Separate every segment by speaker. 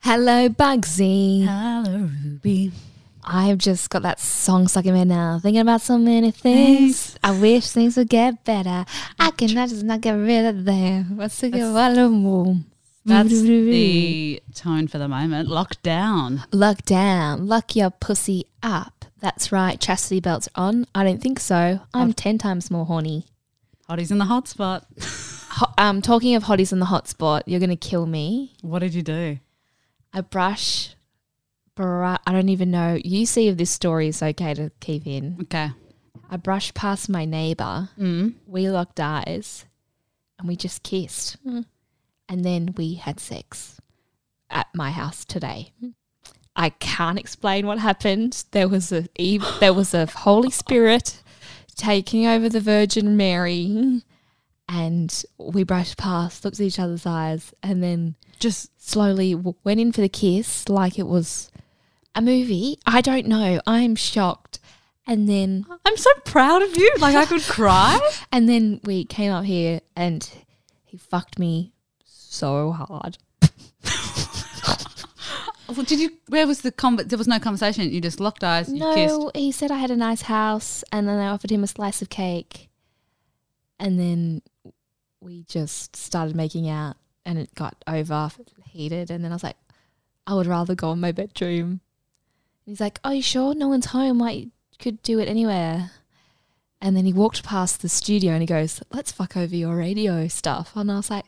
Speaker 1: Hello, Bugsy.
Speaker 2: Hello, Ruby.
Speaker 1: I've just got that song stuck in my head now. Thinking about so many things. I wish things would get better. I cannot just not get rid of them. What's the good one?
Speaker 2: That's the tone for the moment. Lockdown.
Speaker 1: Luck down. Luck your pussy up. That's right. Chastity belts are on. I don't think so. I'm 10 times more horny.
Speaker 2: Hotties in the hot spot.
Speaker 1: Ho- um, talking of hotties in the hotspot, you're going to kill me.
Speaker 2: What did you do?
Speaker 1: I brush. Bra- I don't even know. You see if this story is okay to keep in.
Speaker 2: Okay.
Speaker 1: I brushed past my neighbor.
Speaker 2: Mm.
Speaker 1: We locked eyes and we just kissed. And then we had sex at my house today. I can't explain what happened. There was a eve, there was a Holy Spirit taking over the Virgin Mary and we brushed past, looked at each other's eyes and then
Speaker 2: Just
Speaker 1: slowly w- went in for the kiss like it was a movie. I don't know. I'm shocked. And then
Speaker 2: I'm so proud of you. Like I could cry.
Speaker 1: And then we came up here and he fucked me so hard.
Speaker 2: well, did you where was the con there was no conversation. You just locked eyes, you kissed.
Speaker 1: No, he said I had a nice house and then I offered him a slice of cake. And then we just started making out and it got overheated. And then I was like, I would rather go in my bedroom. And he's like, Are you sure? No one's home. Like, you could do it anywhere. And then he walked past the studio and he goes, Let's fuck over your radio stuff. And I was like,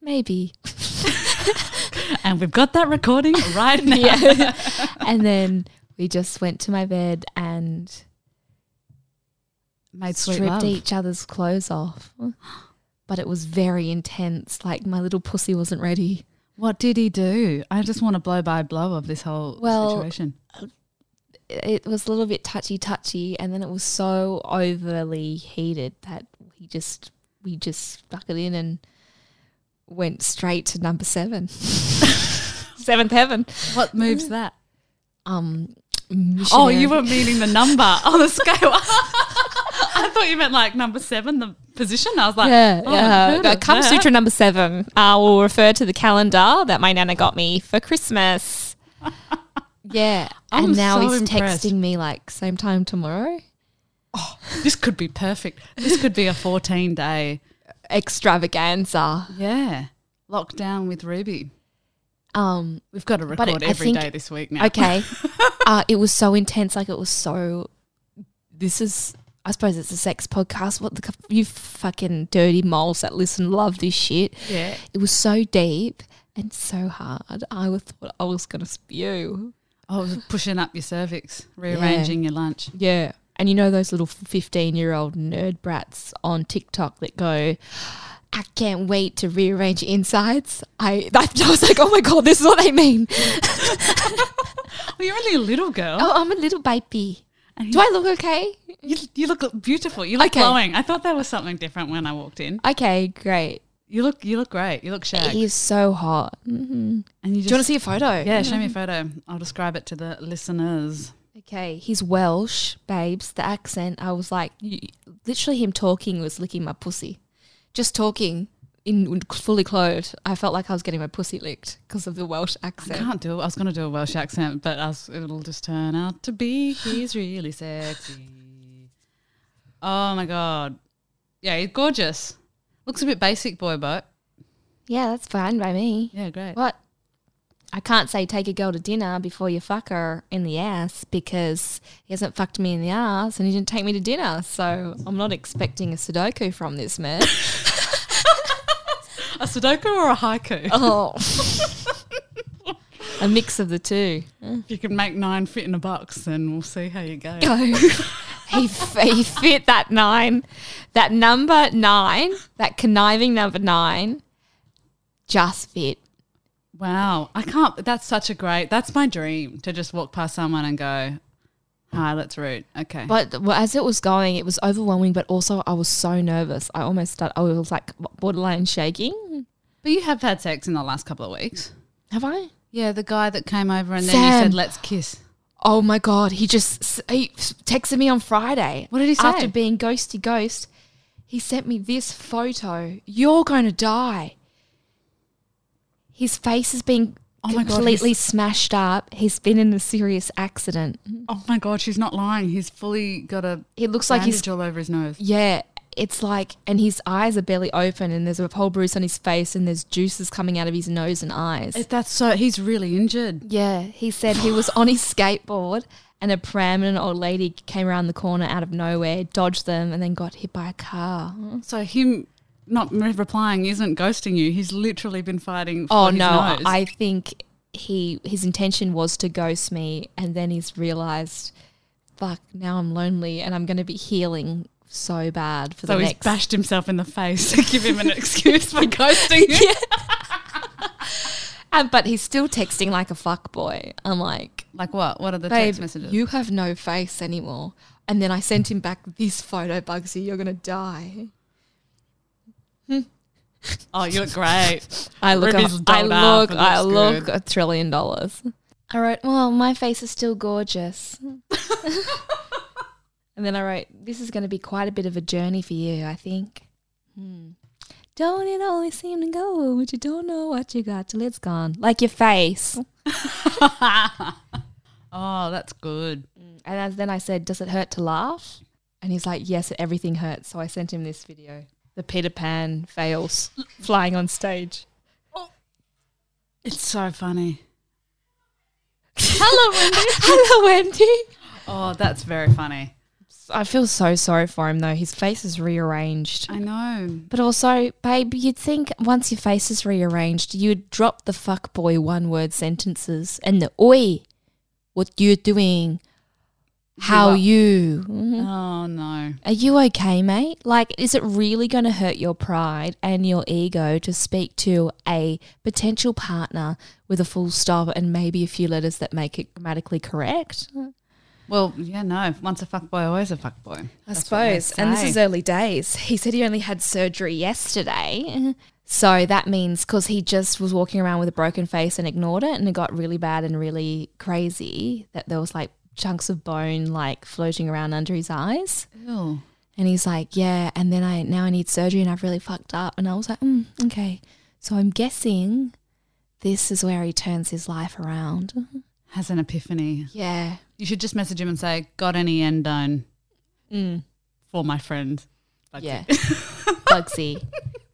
Speaker 1: Maybe.
Speaker 2: And we've got that recording right now.
Speaker 1: yeah. and then we just went to my bed and
Speaker 2: Made sweet
Speaker 1: stripped
Speaker 2: love.
Speaker 1: each other's clothes off. But it was very intense. Like my little pussy wasn't ready.
Speaker 2: What did he do? I just want a blow by blow of this whole
Speaker 1: Well,
Speaker 2: situation.
Speaker 1: It was a little bit touchy touchy, and then it was so overly heated that we just we just stuck it in and went straight to number seven, seventh heaven.
Speaker 2: What moves that?
Speaker 1: Um,
Speaker 2: Oh,
Speaker 1: missionary-
Speaker 2: you were meaning the number on the scale. I thought you meant like number seven, the position. I was like,
Speaker 1: Yeah,
Speaker 2: oh, I've
Speaker 1: yeah.
Speaker 2: heard
Speaker 1: Uh,
Speaker 2: of
Speaker 1: Kama
Speaker 2: that.
Speaker 1: Sutra number seven. I will refer to the calendar that my nana got me for Christmas. yeah,
Speaker 2: I'm
Speaker 1: and now
Speaker 2: so
Speaker 1: he's
Speaker 2: impressed.
Speaker 1: texting me like same time tomorrow.
Speaker 2: This could be perfect. This could be a 14 day.
Speaker 1: Extravaganza.
Speaker 2: Yeah. Lockdown with Ruby.
Speaker 1: Um,
Speaker 2: We've got to
Speaker 1: But
Speaker 2: record
Speaker 1: it-
Speaker 2: every
Speaker 1: I
Speaker 2: day
Speaker 1: think-
Speaker 2: this week now.
Speaker 1: okay. uh, it was so intense. Like it was so. This is. I suppose it's a sex podcast. What the c- you fucking dirty moles that listen love this shit.
Speaker 2: Yeah.
Speaker 1: It was so deep and so hard. I was thought I was gonna spew.
Speaker 2: Oh, it was pushing up your cervix, rearranging your lunch.
Speaker 1: Yeah. And you know those little 15 year old nerd brats on TikTok that go, I can't wait to rearrange insides. I, that, I was like, oh my God, this is what they mean.
Speaker 2: Well, Oh, you're only a little girl.
Speaker 1: Oh, I'm a little baby.
Speaker 2: And
Speaker 1: Do I look okay?
Speaker 2: You, you look beautiful. You look
Speaker 1: Okay.
Speaker 2: glowing. I thought that was something different when I walked in.
Speaker 1: Okay, great.
Speaker 2: You look you look great. You look shag.
Speaker 1: He is so hot. hmm
Speaker 2: And you
Speaker 1: Do
Speaker 2: just
Speaker 1: you want to see a photo?
Speaker 2: Yeah, show me a photo. I'll describe it to the listeners.
Speaker 1: Okay, he's Welsh, babes. The accent, I was like, you, literally, him talking was licking my pussy. Just talking in fully clothed, I felt like I was getting my pussy licked because of the Welsh
Speaker 2: I
Speaker 1: accent.
Speaker 2: can't do it. I was going to do a Welsh accent, but I was, it'll just turn out to be he's really sexy. Oh my god. Yeah, he's gorgeous. Looks a bit basic boy but
Speaker 1: Yeah, that's fine by me.
Speaker 2: Yeah, great.
Speaker 1: What? I can't say take a girl to dinner before you fuck her in the ass because he hasn't fucked me in the ass and he didn't take me to dinner. So I'm not expecting a Sudoku from this man.
Speaker 2: A Sudoku or a haiku?
Speaker 1: oh. a mix of the two.
Speaker 2: If you can make nine fit in a box, then we'll see how you go.
Speaker 1: go. he, f- he fit that nine, that number nine, that conniving number nine, just fit.
Speaker 2: Wow. I can't that's such a great that's my dream to just walk past someone and go, Hi, let's root. Okay.
Speaker 1: But well, as it was going, it was overwhelming, but also I was so nervous. I almost started, I was like borderline shaking.
Speaker 2: but you have had sex in the last couple of weeks.
Speaker 1: Have I?
Speaker 2: Yeah, the guy that came over and then you
Speaker 1: Sam.
Speaker 2: said, "Let's kiss."
Speaker 1: Oh my God. He just s- he s- texted me on Friday.
Speaker 2: What did he say?
Speaker 1: After being ghosty ghost, he sent me this photo. You're going to die. His face is being
Speaker 2: Oh my god,
Speaker 1: completely
Speaker 2: he's-
Speaker 1: smashed up. He's been in a serious accident.
Speaker 2: oh my god, she's not lying. He's fully got a
Speaker 1: It looks like
Speaker 2: bandage
Speaker 1: he's
Speaker 2: all over his nose.
Speaker 1: yeah. It's like, and his eyes are barely open, and there's a whole bruise on his face, and there's juices coming out of his nose and eyes.
Speaker 2: If Eh, that's so, he's really injured.
Speaker 1: Yeah, he said he was on his skateboard and a pram and an old lady came around the corner out of nowhere, dodged them, and then got hit by a car.
Speaker 2: So him not re- replying isn't ghosting you. He's literally been fighting. For
Speaker 1: Oh
Speaker 2: his
Speaker 1: no,
Speaker 2: nose.
Speaker 1: I think he his intention was to ghost me, and then he's realized, fuck, now I'm lonely and I'm going to be healing so bad for
Speaker 2: So
Speaker 1: the
Speaker 2: he's
Speaker 1: next.
Speaker 2: bashed himself in the face to give him an excuse for ghosting you.
Speaker 1: And- but he's still texting like a fuck boy. I'm like,
Speaker 2: Like what? What are the
Speaker 1: babe,
Speaker 2: text messages?
Speaker 1: you have no face anymore. And then I sent him back this photo, Bugsy. You're going to die.
Speaker 2: oh, you look great.
Speaker 1: I look,
Speaker 2: Ruby's
Speaker 1: a, I
Speaker 2: dolled
Speaker 1: look,
Speaker 2: up, it
Speaker 1: I
Speaker 2: looks
Speaker 1: look
Speaker 2: good.
Speaker 1: a trillion dollars. I wrote, well, my face is still gorgeous. and then I wrote, this is going to be quite a bit of a journey for you, I think. Hmm. Don't it always seem to go, but you don't know what you got till it's gone, like your face.
Speaker 2: oh, that's good.
Speaker 1: And as- then I said, does it hurt to laugh? And he's like, yes, everything hurts. So I sent him this video. The Peter Pan fails flying on stage.
Speaker 2: It's so funny.
Speaker 1: Hello, Wendy. Hello, Wendy.
Speaker 2: Oh, that's very funny.
Speaker 1: I feel so sorry for him though. His face is rearranged.
Speaker 2: I know.
Speaker 1: But also, babe, you'd think once your face is rearranged, you'd drop the fuck boy one word sentences and the oi, what you doing? How
Speaker 2: up.
Speaker 1: you? Mhm.
Speaker 2: Oh no.
Speaker 1: Are you okay, mate? Like, is it really going to hurt your pride and your ego to speak to a potential partner with a full stop and maybe a few letters that make it grammatically correct?
Speaker 2: Well, yeah, no. Once a fuck boy, always a fuck boy.
Speaker 1: I
Speaker 2: That's what they
Speaker 1: suppose. And this
Speaker 2: say.
Speaker 1: is early days. He said he only had surgery yesterday. So that means because he just was walking around with a broken face and ignored it and it got really bad and really crazy that there was like chunks of bone like floating around under his eyes.
Speaker 2: Ew.
Speaker 1: And he's like, yeah. And then I now I need surgery and I've really fucked up. And I was like, mm, okay. So I'm guessing this is where he turns his life around.
Speaker 2: Has an epiphany.
Speaker 1: Yeah.
Speaker 2: You should just message him and say, "Got any endone
Speaker 1: Mm.
Speaker 2: for my friend?" That's
Speaker 1: Yeah. Bugsy.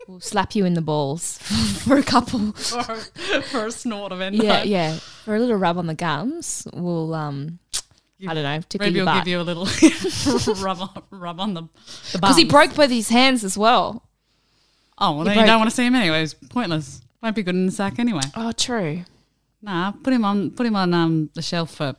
Speaker 1: We'll slap you in the balls for a couple.
Speaker 2: for, a- for a snort of endone.
Speaker 1: Yeah, yeah. For a little rub on the gums, we'll um I don't know, tickle
Speaker 2: Maybe
Speaker 1: your
Speaker 2: he'll
Speaker 1: butt.
Speaker 2: give you a little rub, on, rub on the the
Speaker 1: Because he
Speaker 2: bums.
Speaker 1: broke both his hands as well.
Speaker 2: Oh well,
Speaker 1: he
Speaker 2: then you
Speaker 1: broke-
Speaker 2: don't want to see him anyway. It's pointless. Won't be good in the sack anyway.
Speaker 1: Oh, true.
Speaker 2: Nah, put him on. Put him on um, the shelf for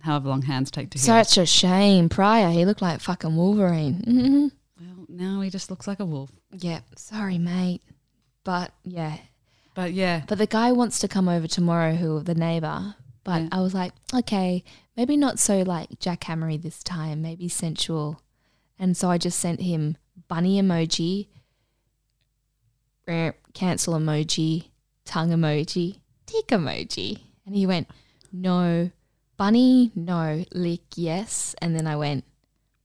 Speaker 2: however long hands take to heal.
Speaker 1: Such a shame. Prior, he looked like fucking Wolverine. hmm
Speaker 2: well, now he just looks like a wolf.
Speaker 1: Yeah, sorry, mate. But yeah,
Speaker 2: But yeah,
Speaker 1: but the guy wants to come over tomorrow. Who the neighbor? But
Speaker 2: Yeah.
Speaker 1: I was like, okay, maybe not so like jackhammery this time. Maybe sensual. And so I just sent him bunny emoji, eh, cancel emoji, tongue emoji, tick emoji. And he went, no, bunny, no, lick, yes. And then I went,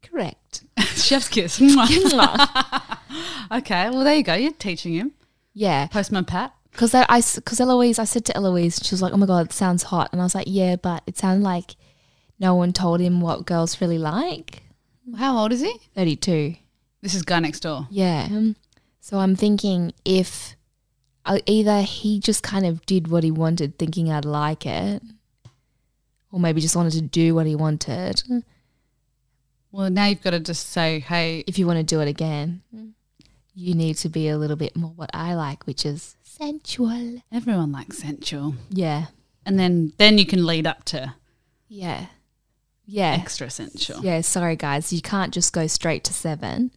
Speaker 1: correct.
Speaker 2: chef's kiss. Mwah. okay, well there you go. You're teaching him.
Speaker 1: yeah.
Speaker 2: Postman Pat.
Speaker 1: Because I, because Eloise, I said to Eloise, she was like, "Oh my god, it sounds hot," and I was like, "Yeah, but it sounded like no one told him what girls really like."
Speaker 2: How old is he?
Speaker 1: Thirty-two.
Speaker 2: This is guy next door.
Speaker 1: Yeah. Um, So I'm thinking if uh, either he just kind of did what he wanted, thinking I'd like it, or maybe just wanted to do what he wanted.
Speaker 2: Well, now you've got to just say, hey,
Speaker 1: If you want to do it again, you need to be a little bit more what I like, which is sensual.
Speaker 2: everyone likes sensual,
Speaker 1: Yeah.
Speaker 2: and then then you can lead up to
Speaker 1: Yeah. Yeah.
Speaker 2: extra sensual.
Speaker 1: Yeah, sorry guys, you can't just go straight to seven.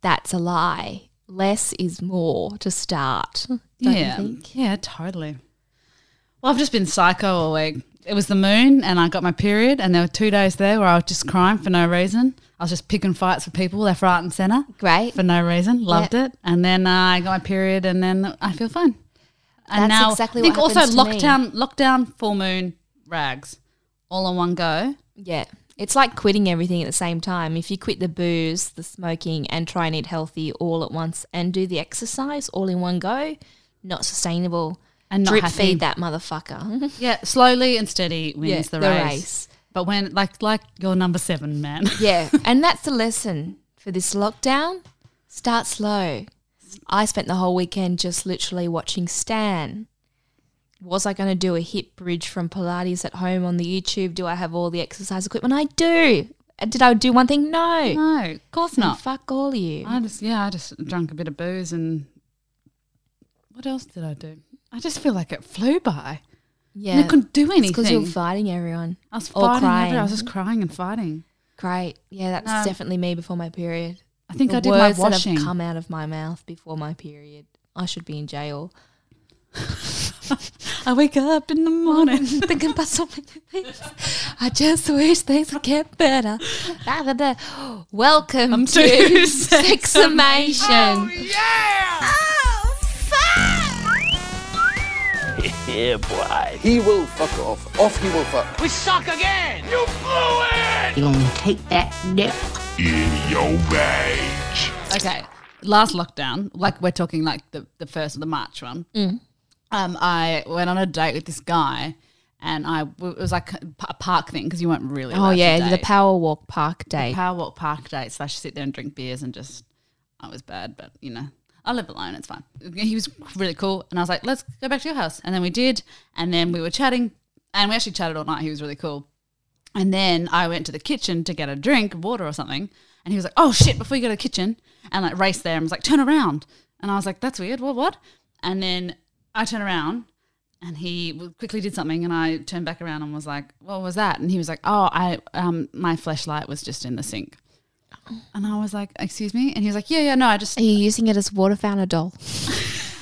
Speaker 1: That's a lie. Less is more to start. Don't you
Speaker 2: yeah,
Speaker 1: think?
Speaker 2: yeah, totally. Well, I've just been psycho all week. It was the moon, and I got my period, and there were two days there where I was just crying for no reason. I was just picking fights with people left, right, and centre
Speaker 1: Great.
Speaker 2: for no reason. Loved it, and then uh, I got my period, and then I feel fine.
Speaker 1: That's
Speaker 2: And now
Speaker 1: exactly
Speaker 2: I think
Speaker 1: what
Speaker 2: also
Speaker 1: happens to me.
Speaker 2: lockdown, lockdown, full moon, rags, all in one go.
Speaker 1: Yeah. It's like quitting everything at the same time. If you quit the booze, the smoking, and try and eat healthy all at once and do the exercise all in one go, not sustainable.
Speaker 2: and not
Speaker 1: drip
Speaker 2: happy.
Speaker 1: feed that motherfucker.
Speaker 2: Yeah, slowly and steady wins
Speaker 1: Yeah,
Speaker 2: the, race. But when like like your number seven man,
Speaker 1: Yeah, and that's the lesson for this lockdown. Start slow. I spent the whole weekend just literally watching Stan. Was I going to do a hip bridge from Pilates at home on the YouTube? Do I have all the exercise equipment? I do. Uh, Did I do one thing? No.
Speaker 2: no, of course
Speaker 1: Then
Speaker 2: not.
Speaker 1: Fuck all you.
Speaker 2: I just yeah, I just drank a bit of booze and what else did I do? I just feel like it flew by. And
Speaker 1: yeah.
Speaker 2: I couldn't do
Speaker 1: because you're
Speaker 2: anything.
Speaker 1: fighting everyone.
Speaker 2: I was
Speaker 1: or
Speaker 2: fighting. every- I
Speaker 1: crying.
Speaker 2: was just crying and fighting.
Speaker 1: Great. Yeah, that's
Speaker 2: No.
Speaker 1: definitely me before my period.
Speaker 2: I think
Speaker 1: the
Speaker 2: I did my
Speaker 1: words
Speaker 2: washing.
Speaker 1: that have come out of my mouth before my period. I should be in jail.
Speaker 2: I wake up in the morning.
Speaker 1: thinking about so many things. I just wish things would get better. Da, da, da. Welcome
Speaker 2: I'm
Speaker 1: to
Speaker 2: too
Speaker 1: Sexamation.
Speaker 3: Yeah, boy.
Speaker 4: He will fuck off. Off he will fuck.
Speaker 3: We suck again. You blew it.
Speaker 5: You're gonna take that dick.
Speaker 3: In your rage.
Speaker 2: okay last lockdown like we're talking like the, the first of the march one um, i went on a date with this guy and i it was like a pa- park thing because you weren't really
Speaker 1: Oh
Speaker 2: allowed to
Speaker 1: yeah, the
Speaker 2: date.
Speaker 1: power walk park day.
Speaker 2: power walk park date slash sit there and drink beers and just I was bad, but you know, I live alone. It's fine. He was really cool, and I was like, let's go back to your house, and then we did, and then we were chatting, and we actually chatted all night. He was really cool, and then I went to the kitchen to get a drink, water or something, and he was like, oh shit, before you go to the kitchen, and like raced there and was like, turn around, and I was like, that's weird. What what? And then I turn around. And he w- quickly did something, and I turned back around and was like, "What was that?" And he was like, "Oh, I um, my flashlight was just in the sink." And I was like, "Excuse me?" And he was like, "Yeah, yeah, no, I just
Speaker 1: Are you using it as water fountain doll?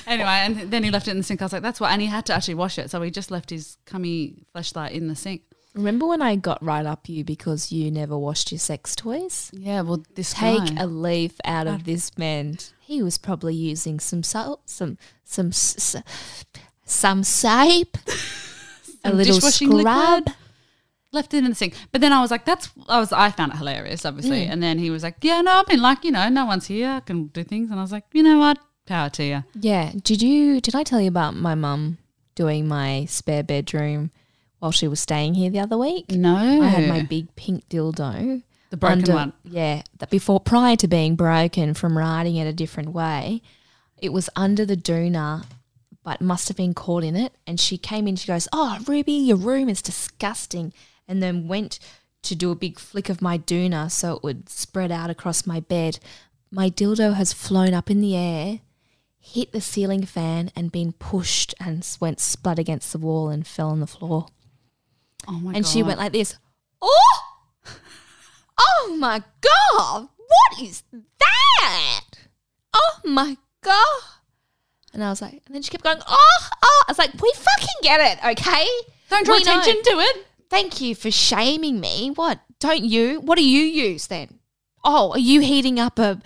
Speaker 2: Anyway, and then he left it in the sink. I was like, that's why. And he had to actually wash it. So he just left his cummy flashlight in the sink.
Speaker 1: Remember when I got right up you because you never washed your sex toys?
Speaker 2: Yeah, well, this
Speaker 1: Take
Speaker 2: guy-
Speaker 1: a leaf out of this man. He was probably using some salt, some some s- s- some soap, a
Speaker 2: Some
Speaker 1: little
Speaker 2: dishwashing
Speaker 1: scrub.
Speaker 2: liquid. left it in the sink. But then I was like, that's, I was, I found it hilarious, obviously. And then he was like, yeah, no, I've been like, you know, no one's here. I can do things. And I was like, you know what? Power to you.
Speaker 1: Yeah. Did you did I tell you about my mum doing my spare bedroom while she was staying here the other week?
Speaker 2: No.
Speaker 1: I had my big pink dildo.
Speaker 2: The broken
Speaker 1: under-
Speaker 2: one.
Speaker 1: Yeah. That before prior to being broken from riding it a different way, it was under the doona but must have been caught in it. And she came in, she goes, Oh, Ruby, your room is disgusting. And then went to do a big flick of my doona so it would spread out across my bed. My dildo has flown up in the air, hit the ceiling fan, and been pushed and s- went splat against the wall and fell on the floor.
Speaker 2: Oh my
Speaker 1: and she
Speaker 2: God.
Speaker 1: went like this Oh! Oh my God! What is that? Oh my God! And I was like, and then she kept going, oh, oh. I was like, we fucking get it, okay?
Speaker 2: don't draw
Speaker 1: We know.
Speaker 2: attention to it.
Speaker 1: Thank you for shaming me. What? Don't you? What do you use then? Oh, are you heating up a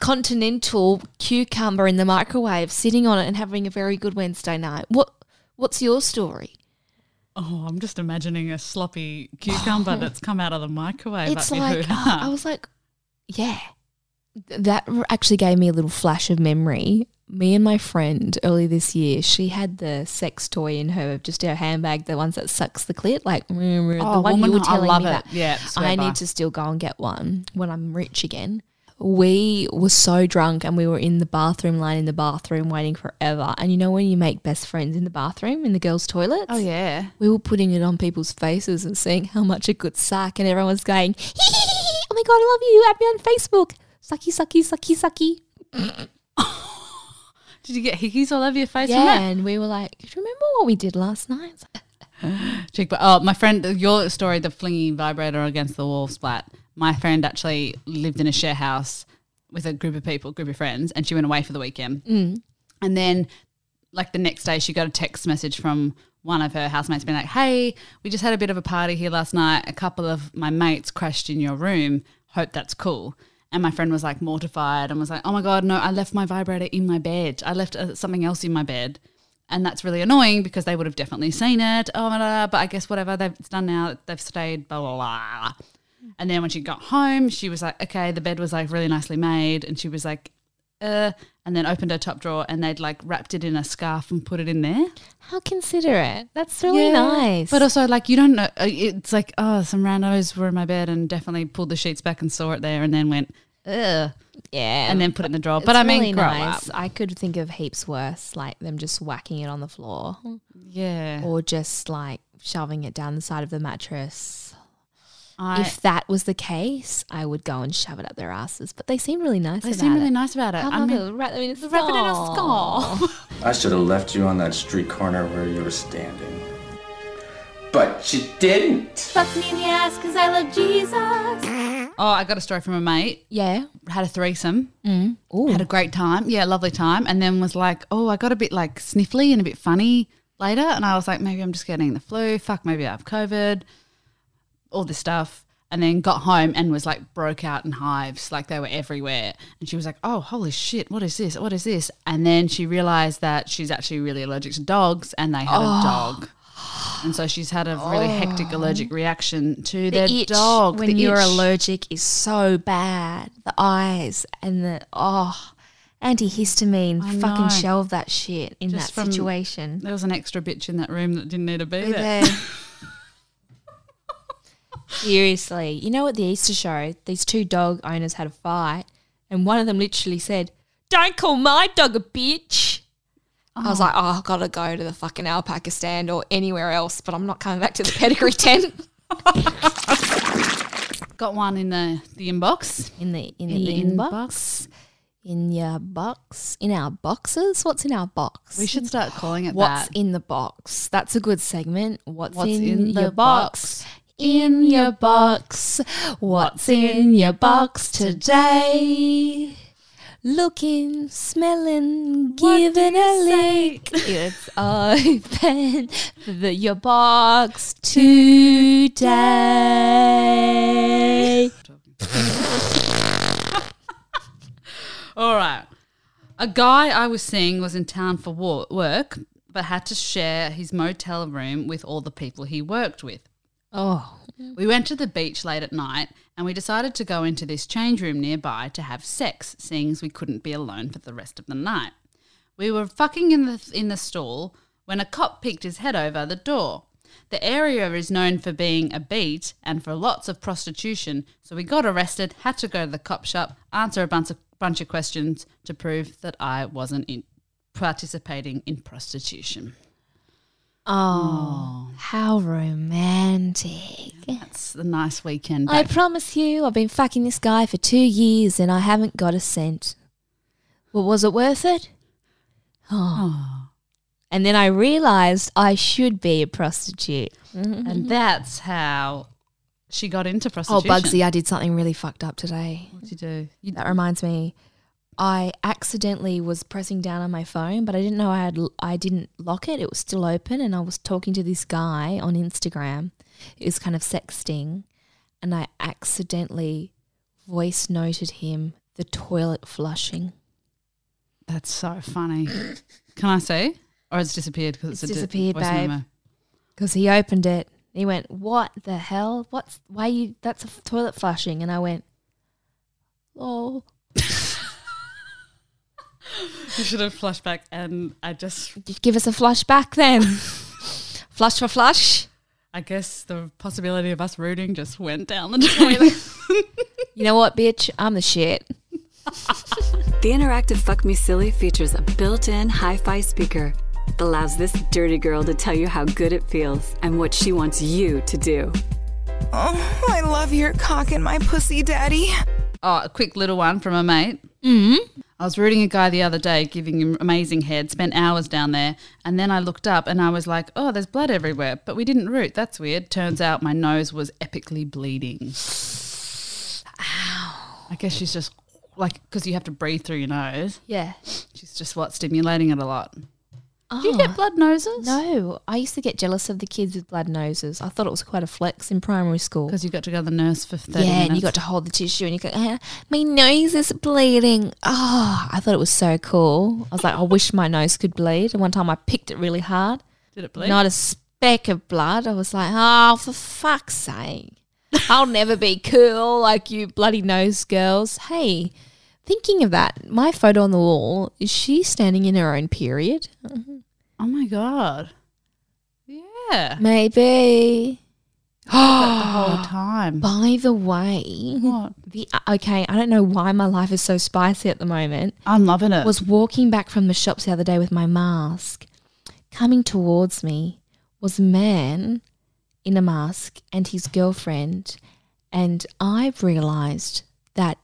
Speaker 1: continental cucumber in the microwave, sitting on it and having a very good Wednesday night? What? What's your story?
Speaker 2: Oh, I'm just imagining a sloppy cucumber that's come out of the microwave.
Speaker 1: it's
Speaker 2: up your
Speaker 1: like
Speaker 2: hoo-ha.
Speaker 1: oh, I was like, yeah. Th- That r- actually gave me a little flash of memory. Me and my friend early this year, she had the sex toy in her, just her handbag, the ones that sucks the clit, like mm, the
Speaker 2: Oh,
Speaker 1: one
Speaker 2: woman,
Speaker 1: you were
Speaker 2: I
Speaker 1: telling
Speaker 2: love
Speaker 1: me
Speaker 2: it.
Speaker 1: that.
Speaker 2: Yeah,
Speaker 1: I
Speaker 2: swear by.
Speaker 1: need to still go and get one when I'm rich again. We were so drunk and we were in the bathroom line in the bathroom waiting forever. And you know when you make best friends in the bathroom in the girls' toilets?
Speaker 2: Oh, yeah.
Speaker 1: we were putting it on people's faces and seeing how much it could suck, and everyone was going, "Oh my god, I love you! Add me on Facebook, sucky, sucky, sucky, sucky."
Speaker 2: Did you get hickeys all over your face from
Speaker 1: Yeah,
Speaker 2: that?
Speaker 1: and we were like, "Do you remember what we did last night?" It's like,
Speaker 2: Cheek, but oh, my friend, your story, the flinging vibrator against the wall splat. My friend actually lived in a share house with a group of people, group of friends, and she went away for the weekend. And then, like the next day, she got a text message from one of her housemates being like, "Hey, we just had a bit of a party here last night. A couple of my mates crashed in your room. Hope that's cool." And my friend was like mortified and was like, "Oh my god, no! I left my vibrator in my bed. I left uh, something else in my bed." And that's really annoying because they would have definitely seen it. Oh, blah, blah, blah, but I guess whatever they've it's done now, they've stayed. Blah blah blah. And then when she got home, she was like, "Okay, the bed was like really nicely made," and she was like, uh, and then opened her top drawer and they'd like wrapped it in a scarf and put it in there.
Speaker 1: How considerate. That's really nice.
Speaker 2: But also, like, you don't know. uh, It's like, oh, some randos were in my bed and definitely pulled the sheets back and saw it there and then went, ugh,
Speaker 1: yeah.
Speaker 2: and then put it in the drawer. But I mean, grow up.
Speaker 1: I could think of heaps worse, like them just whacking it on the floor
Speaker 2: Yeah.
Speaker 1: or just like shoving it down the side of the mattress.
Speaker 2: I,
Speaker 1: if that was the case, I would go and shove it up their asses. But they seem really nice.
Speaker 2: they
Speaker 1: about
Speaker 2: seem really
Speaker 1: it.
Speaker 2: nice about it.
Speaker 1: I
Speaker 2: I
Speaker 1: love
Speaker 2: mean,
Speaker 1: it. Wrap them in a
Speaker 2: wrap it in a scarf.
Speaker 5: I should have left you on that street corner where you were standing. But you didn't!
Speaker 6: Fuck me in the ass because I love Jesus.
Speaker 2: Oh, I got a story from a mate.
Speaker 1: Yeah.
Speaker 2: Had a threesome.
Speaker 1: Mm. Ooh.
Speaker 2: Had a great time. Yeah, lovely time. And then was like, oh, I got a bit like sniffly and a bit funny later. And I was like, maybe I'm just getting the flu. Fuck, maybe I have COVID. All this stuff. And then got home and was like broke out in hives, like they were everywhere. And she was like, oh, holy shit, what is this? What is this? And then she realized that she's actually really allergic to dogs and they had
Speaker 1: Oh.
Speaker 2: a dog. And so she's had a really hectic allergic reaction to their
Speaker 1: itch
Speaker 2: dog.
Speaker 1: when
Speaker 2: the
Speaker 1: you're
Speaker 2: itch.
Speaker 1: allergic is so bad. The eyes and the oh, antihistamine.
Speaker 2: I
Speaker 1: fucking
Speaker 2: know.
Speaker 1: shelve that shit in
Speaker 2: Just
Speaker 1: that
Speaker 2: from-
Speaker 1: situation.
Speaker 2: There was an extra bitch in that room that didn't need to be there.
Speaker 1: Either. Seriously, you know what the Easter show? These two dog owners had a fight, and one of them literally said, "Don't call my dog a bitch." I was like, "Oh, I've got to go to the fucking alpaca stand or anywhere else, but I'm not coming back to the pedigree tent."
Speaker 2: Got one in the, the inbox.
Speaker 1: in the in,
Speaker 2: In
Speaker 1: the,
Speaker 2: the
Speaker 1: inbox. in your box in our boxes. What's in our box?
Speaker 2: We should start calling it
Speaker 1: What's
Speaker 2: that.
Speaker 1: in the box? That's a good segment. What's,
Speaker 2: What's
Speaker 1: in,
Speaker 2: in the
Speaker 1: your box?
Speaker 2: box?
Speaker 1: In your box. What's in your box today? Looking, smelling, giving a lick. It's open for the, your box today.
Speaker 2: All right. A guy I was seeing was in town for war- work, but had to share his motel room with all the people he worked with.
Speaker 1: Oh,
Speaker 2: We went to the beach late at night and we decided to go into this change room nearby to have sex, seeing as we couldn't be alone for the rest of the night. We were fucking in the in the stall when a cop peeked his head over the door. The area is known for being a beat and for lots of prostitution, so we got arrested, had to go to the cop shop, answer a bunch of bunch of questions to prove that I wasn't in, participating in prostitution.
Speaker 1: Oh, how romantic.
Speaker 2: That's a nice weekend.
Speaker 1: I
Speaker 2: back.
Speaker 1: promise you, I've been fucking this guy for two years and I haven't got a cent. Well, was it worth it? Oh. And then I realized I should be a prostitute.
Speaker 2: and that's how she got into
Speaker 1: Mm-hmm. Oh,
Speaker 2: prostitution.
Speaker 1: Bugsy, I did something really fucked up today.
Speaker 2: What you do? You,
Speaker 1: That reminds me, I accidentally was pressing down on my phone, but I didn't know I had I didn't lock it. It was still open, and I was talking to this guy on Instagram. It was kind of sexting, and I accidentally voice noted him the toilet flushing.
Speaker 2: that's so funny. Can I say? Or it's disappeared because it's,
Speaker 1: It's
Speaker 2: a di-
Speaker 1: disappeared,
Speaker 2: voice
Speaker 1: babe.
Speaker 2: memo.
Speaker 1: because he opened it. He went, "What the hell? What's why you? That's a f- toilet flushing." And I went, "Oh,
Speaker 2: You should have flushed back, and I just,
Speaker 1: you give us a flush back then, flush for flush."
Speaker 2: I guess the possibility of us rooting just went down the toilet.
Speaker 1: You know what, bitch? I'm the shit.
Speaker 7: The interactive Fuck Me Silly features a built in hi fi speaker that allows this dirty girl to tell you how good it feels and what she wants you to do.
Speaker 8: Oh, I love your cock and my pussy, Daddy.
Speaker 2: oh, a quick little one from a mate. Mm-hmm. I was rooting a guy the other day, giving him amazing head. Spent hours down there, and then I looked up and I was like, "Oh, there's blood everywhere," but we didn't root. That's weird. Turns out my nose was epically bleeding. I guess she's just like because you have to breathe through your nose.
Speaker 1: Yeah.
Speaker 2: She's just what stimulating it a lot.
Speaker 1: Oh,
Speaker 2: Do you get blood noses?
Speaker 1: no, I used to get jealous of the kids with blood noses. I thought it was quite a flex in primary school.
Speaker 2: Because you got to go to the nurse for 30
Speaker 1: Yeah,
Speaker 2: minutes.
Speaker 1: and you got to hold the tissue and you go, "Ah, my nose is bleeding. Oh, I thought it was so cool. I was like, I wish my nose could bleed. And one time I picked it really hard
Speaker 2: Did it bleed?
Speaker 1: Not a speck of blood. I was like, oh, for fuck's sake. I'll never be cool like you bloody nose girls. Hey, Thinking of that, my photo on the wall is she standing in her own period?
Speaker 2: Oh my god. Yeah.
Speaker 1: Maybe.
Speaker 2: The whole time.
Speaker 1: By the way,
Speaker 2: What?
Speaker 1: the okay, I don't know why my life is so spicy at the moment.
Speaker 2: I'm loving it.
Speaker 1: was walking back from the shops the other day with my mask. Coming towards me was a man in a mask and his girlfriend. And I realized that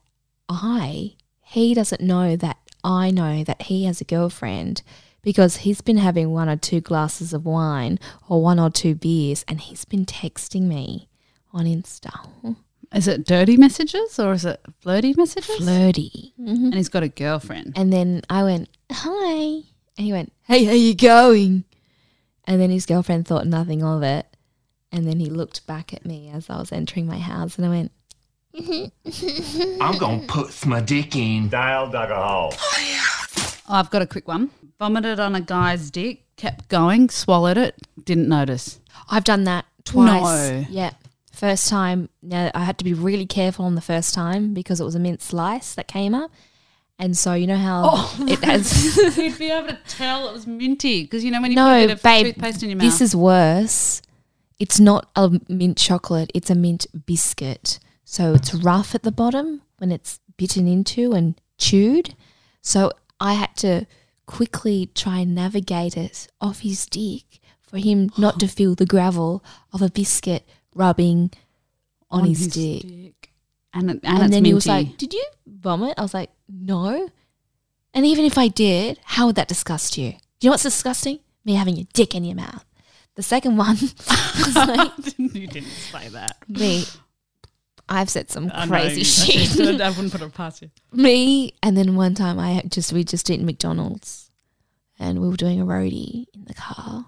Speaker 1: I, he doesn't know that I know that he has a girlfriend because he's been having one or two glasses of wine or one or two beers and he's been texting me on Insta.
Speaker 2: is it dirty messages or is it flirty messages?
Speaker 1: Flirty.
Speaker 2: And he's got a girlfriend.
Speaker 1: And then I went, hi. And he went, hey, how you going? And then his girlfriend thought nothing of it. And then he looked back at me as I was entering my house and I went,
Speaker 3: I'm gonna put my dick in.
Speaker 9: Dial Dugger Hall.
Speaker 2: Oh, I've got a quick one. Vomited on a guy's dick, kept going, swallowed it, didn't notice.
Speaker 1: I've done that twice.
Speaker 2: No.
Speaker 1: Yeah. First time, now I had to be really careful on the first time because it was a mint slice that came up. And so you know how it has.
Speaker 2: You'd be able to tell it was minty because you know when you put a
Speaker 1: no,
Speaker 2: bit of
Speaker 1: babe,
Speaker 2: toothpaste in your mouth.
Speaker 1: this is worse. It's not a mint chocolate, it's a mint biscuit. So it's rough at the bottom when it's bitten into and chewed. So I had to quickly try and navigate it off his dick for him not to feel the gravel of a biscuit rubbing on, his, dick.
Speaker 2: and it, and,
Speaker 1: And, then
Speaker 2: it's minty.
Speaker 1: he was like, Did you vomit? I was like, No. And even if I did, how would that disgust you? Do you know what's disgusting? Me having your dick in your mouth. The second one was like,
Speaker 2: you didn't say that.
Speaker 1: Me, I've said some
Speaker 2: I know
Speaker 1: crazy
Speaker 2: you-
Speaker 1: shit.
Speaker 2: I wouldn't put it past you.
Speaker 1: Me, and then one time I had just, we just eaten McDonald's and we were doing a roadie in the car.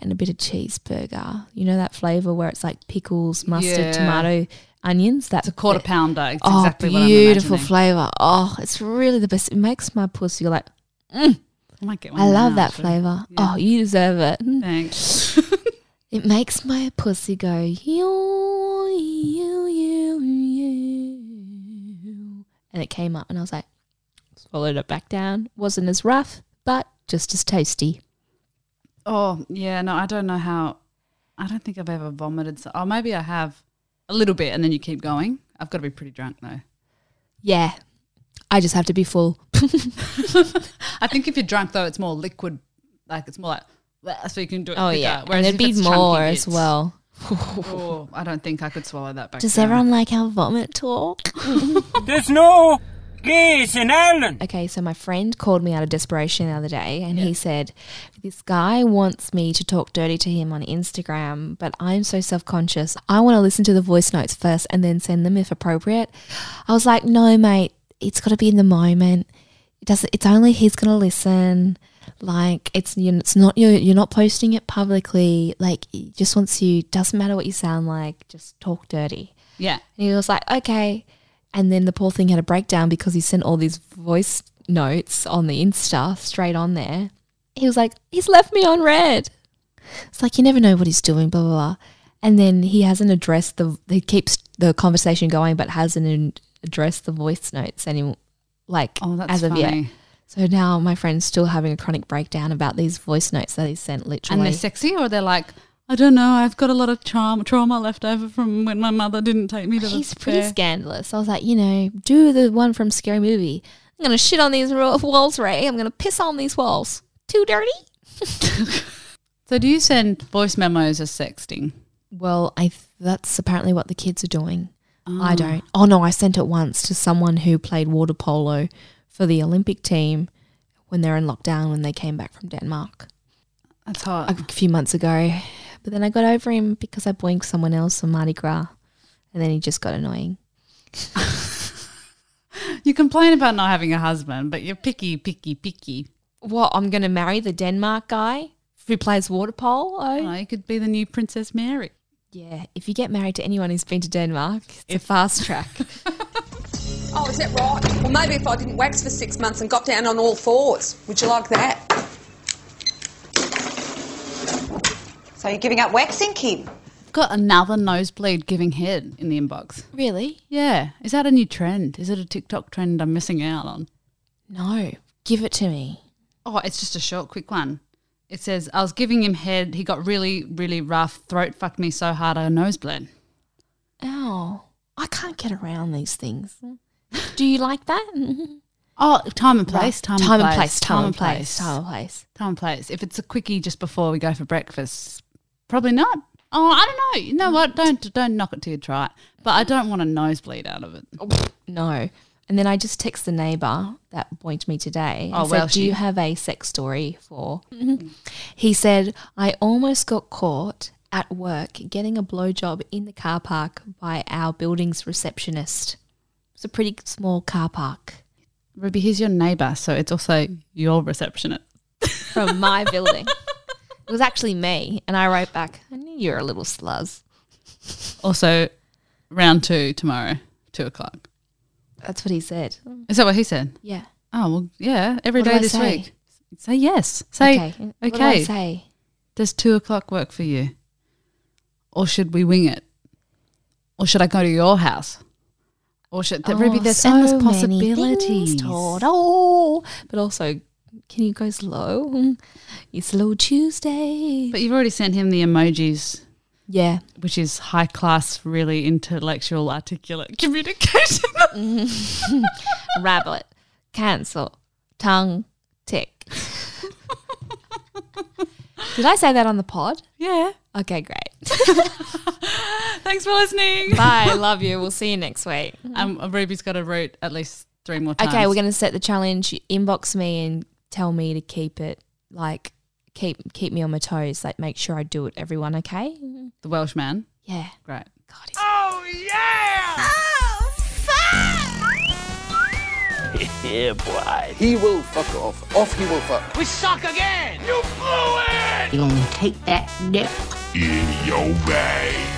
Speaker 1: And a bit of cheeseburger, you know that flavor where it's like pickles, mustard,
Speaker 2: Yeah.
Speaker 1: tomato, onions. That's
Speaker 2: It's a quarter pounder. It's
Speaker 1: oh,
Speaker 2: exactly what I'm
Speaker 1: beautiful
Speaker 2: imagining.
Speaker 1: flavor. Oh, it's really the best. It makes my pussy like,
Speaker 2: I might get one
Speaker 1: I
Speaker 2: now,
Speaker 1: love that
Speaker 2: actually.
Speaker 1: flavor.
Speaker 2: Yeah.
Speaker 1: Oh, you deserve it. Mm.
Speaker 2: Thanks.
Speaker 1: It makes my pussy go, you, you, you, you. And it came up, and I was like, swallowed it back down. Wasn't as rough, but just as tasty.
Speaker 2: oh yeah, no, I don't know how. I don't think I've ever vomited. So, oh, maybe I have a little bit, and then you keep going. I've got to be pretty drunk though.
Speaker 1: Yeah. I just have to be full.
Speaker 2: I think if you're drunk though, it's more liquid. Like it's more like bleh, so you can do it.
Speaker 1: Oh,
Speaker 2: quicker,
Speaker 1: yeah. And
Speaker 2: whereas
Speaker 1: there'd
Speaker 2: if
Speaker 1: be
Speaker 2: it's
Speaker 1: more
Speaker 2: chunky,
Speaker 1: as
Speaker 2: it's-
Speaker 1: well.
Speaker 2: Oh, I don't think I could swallow that back.
Speaker 1: Does
Speaker 2: down.
Speaker 1: everyone like our vomit talk?
Speaker 10: There's no gays in Ireland.
Speaker 1: Okay, so my friend called me out of desperation the other day and he said, This guy wants me to talk dirty to him on Instagram, but I'm so self conscious. I want to listen to the voice notes first and then send them if appropriate. I was like, No, mate, it's got to be in the moment. It doesn't, it's only he's going to listen. Like it's you it's not you you're not posting it publicly. Like he just wants you doesn't matter what you sound like, just talk dirty.
Speaker 2: Yeah.
Speaker 1: And he was like, okay. And then the poor thing had a breakdown because he sent all these voice notes on the Insta straight on there. He was like, he's left me on red. It's like, you never know what he's doing, blah, blah, blah. And then he hasn't addressed the, he keeps the conversation going, but hasn't in- addressed the voice notes anymore. Like,
Speaker 2: Oh, that's
Speaker 1: as of
Speaker 2: funny.
Speaker 1: yet. So now my friend's still having a chronic breakdown about these voice notes that he sent literally.
Speaker 2: And they're sexy, or they're like, I don't know. I've got a lot of trauma trauma left over from when my mother didn't take me to the.
Speaker 1: He's pretty
Speaker 2: fair."
Speaker 1: scandalous. I was like, you know, do the one from Scary Movie. I'm gonna shit on these ro- walls, Ray. I'm gonna piss on these walls. Too dirty.
Speaker 2: So, do you send voice memos as sexting?
Speaker 1: Well, I th- that's apparently what the kids are doing. I don't. Oh no, I sent it once to someone who played water polo for the Olympic team when they're in lockdown when they came back from Denmark
Speaker 2: That's hot.
Speaker 1: a few months ago. But then I got over him because I boinked someone else on Mardi Gras, and then he just got annoying.
Speaker 2: You complain about not having a husband, but you're picky, picky, picky.
Speaker 1: What? I'm gonna marry the Denmark guy who plays water polo.
Speaker 2: Oh, you could be the new Princess Mary.
Speaker 1: Yeah, if you get married to anyone who's been to Denmark, it's a fast track.
Speaker 11: Oh, is that right? Well, maybe if I didn't wax for six months and got down on all fours. Would you like that? So you're giving up waxing, Kim?
Speaker 2: got another nosebleed giving head in the inbox.
Speaker 1: Really?
Speaker 2: Yeah. Is that a new trend? Is it a TikTok trend I'm missing out on?
Speaker 1: No. Give it to me.
Speaker 2: Oh, it's just a short, quick one. It says, I was giving him head. He got really, really rough. Throat fucked me so hard I nosebled.
Speaker 1: Ow. Mm. I can't get around these things. Do you like that?
Speaker 2: Oh, time and place. Time,
Speaker 1: time
Speaker 2: and
Speaker 1: and
Speaker 2: place,
Speaker 1: Time and place. Time and place.
Speaker 2: Time and place. If it's a quickie just before we go for breakfast, probably not. Oh, I don't know. You know what? Don't don't knock it till you try it. But I don't want a nosebleed out of it.
Speaker 1: No. And then I just text the neighbour that boinked me today. and
Speaker 2: Oh, well,
Speaker 1: said, Do
Speaker 2: she-
Speaker 1: you have a sex story for? Mm-hmm. he said, I almost got caught at work getting a blowjob in the car park by our building's receptionist. It's a pretty small car park
Speaker 2: Ruby, he's your neighbour, so it's also your receptionist.
Speaker 1: from my building. It was actually me. And I wrote back, I knew you were a little sluz.
Speaker 2: Also, round two tomorrow, two o'clock.
Speaker 1: That's what he said.
Speaker 2: Is that what he said?
Speaker 1: Yeah.
Speaker 2: Oh well, yeah. Every
Speaker 1: What
Speaker 2: day
Speaker 1: do I
Speaker 2: this
Speaker 1: say?
Speaker 2: week. Say yes. Say okay.
Speaker 1: What do I say?
Speaker 2: Does two o'clock work for you? Or should we wing it? Or should I go to your house? Or should that Ruby?
Speaker 1: Oh,
Speaker 2: There's
Speaker 1: so
Speaker 2: endless
Speaker 1: many
Speaker 2: possibilities.
Speaker 1: things, Todd. Oh, but also, can you go slow? It's slow Tuesday.
Speaker 2: But you've already sent him the emojis,
Speaker 1: yeah,
Speaker 2: which is high class, really intellectual, articulate communication.
Speaker 1: rabbit, cancel, tongue, tick. Did I say that on the pod?
Speaker 2: yeah.
Speaker 1: Okay, great.
Speaker 2: Thanks for listening.
Speaker 1: Bye. Love you. We'll see you next week.
Speaker 2: Um, Ruby's got to root at least three more times.
Speaker 1: Mm-hmm. Okay, we're going to set the challenge. You Inbox me and tell me to keep it like keep keep me on my toes. Like make sure I do it. Everyone, okay?
Speaker 2: the Welshman.
Speaker 1: Yeah.
Speaker 2: Great.
Speaker 1: God, he's
Speaker 4: He will fuck off. Off he will fuck.
Speaker 3: In your way.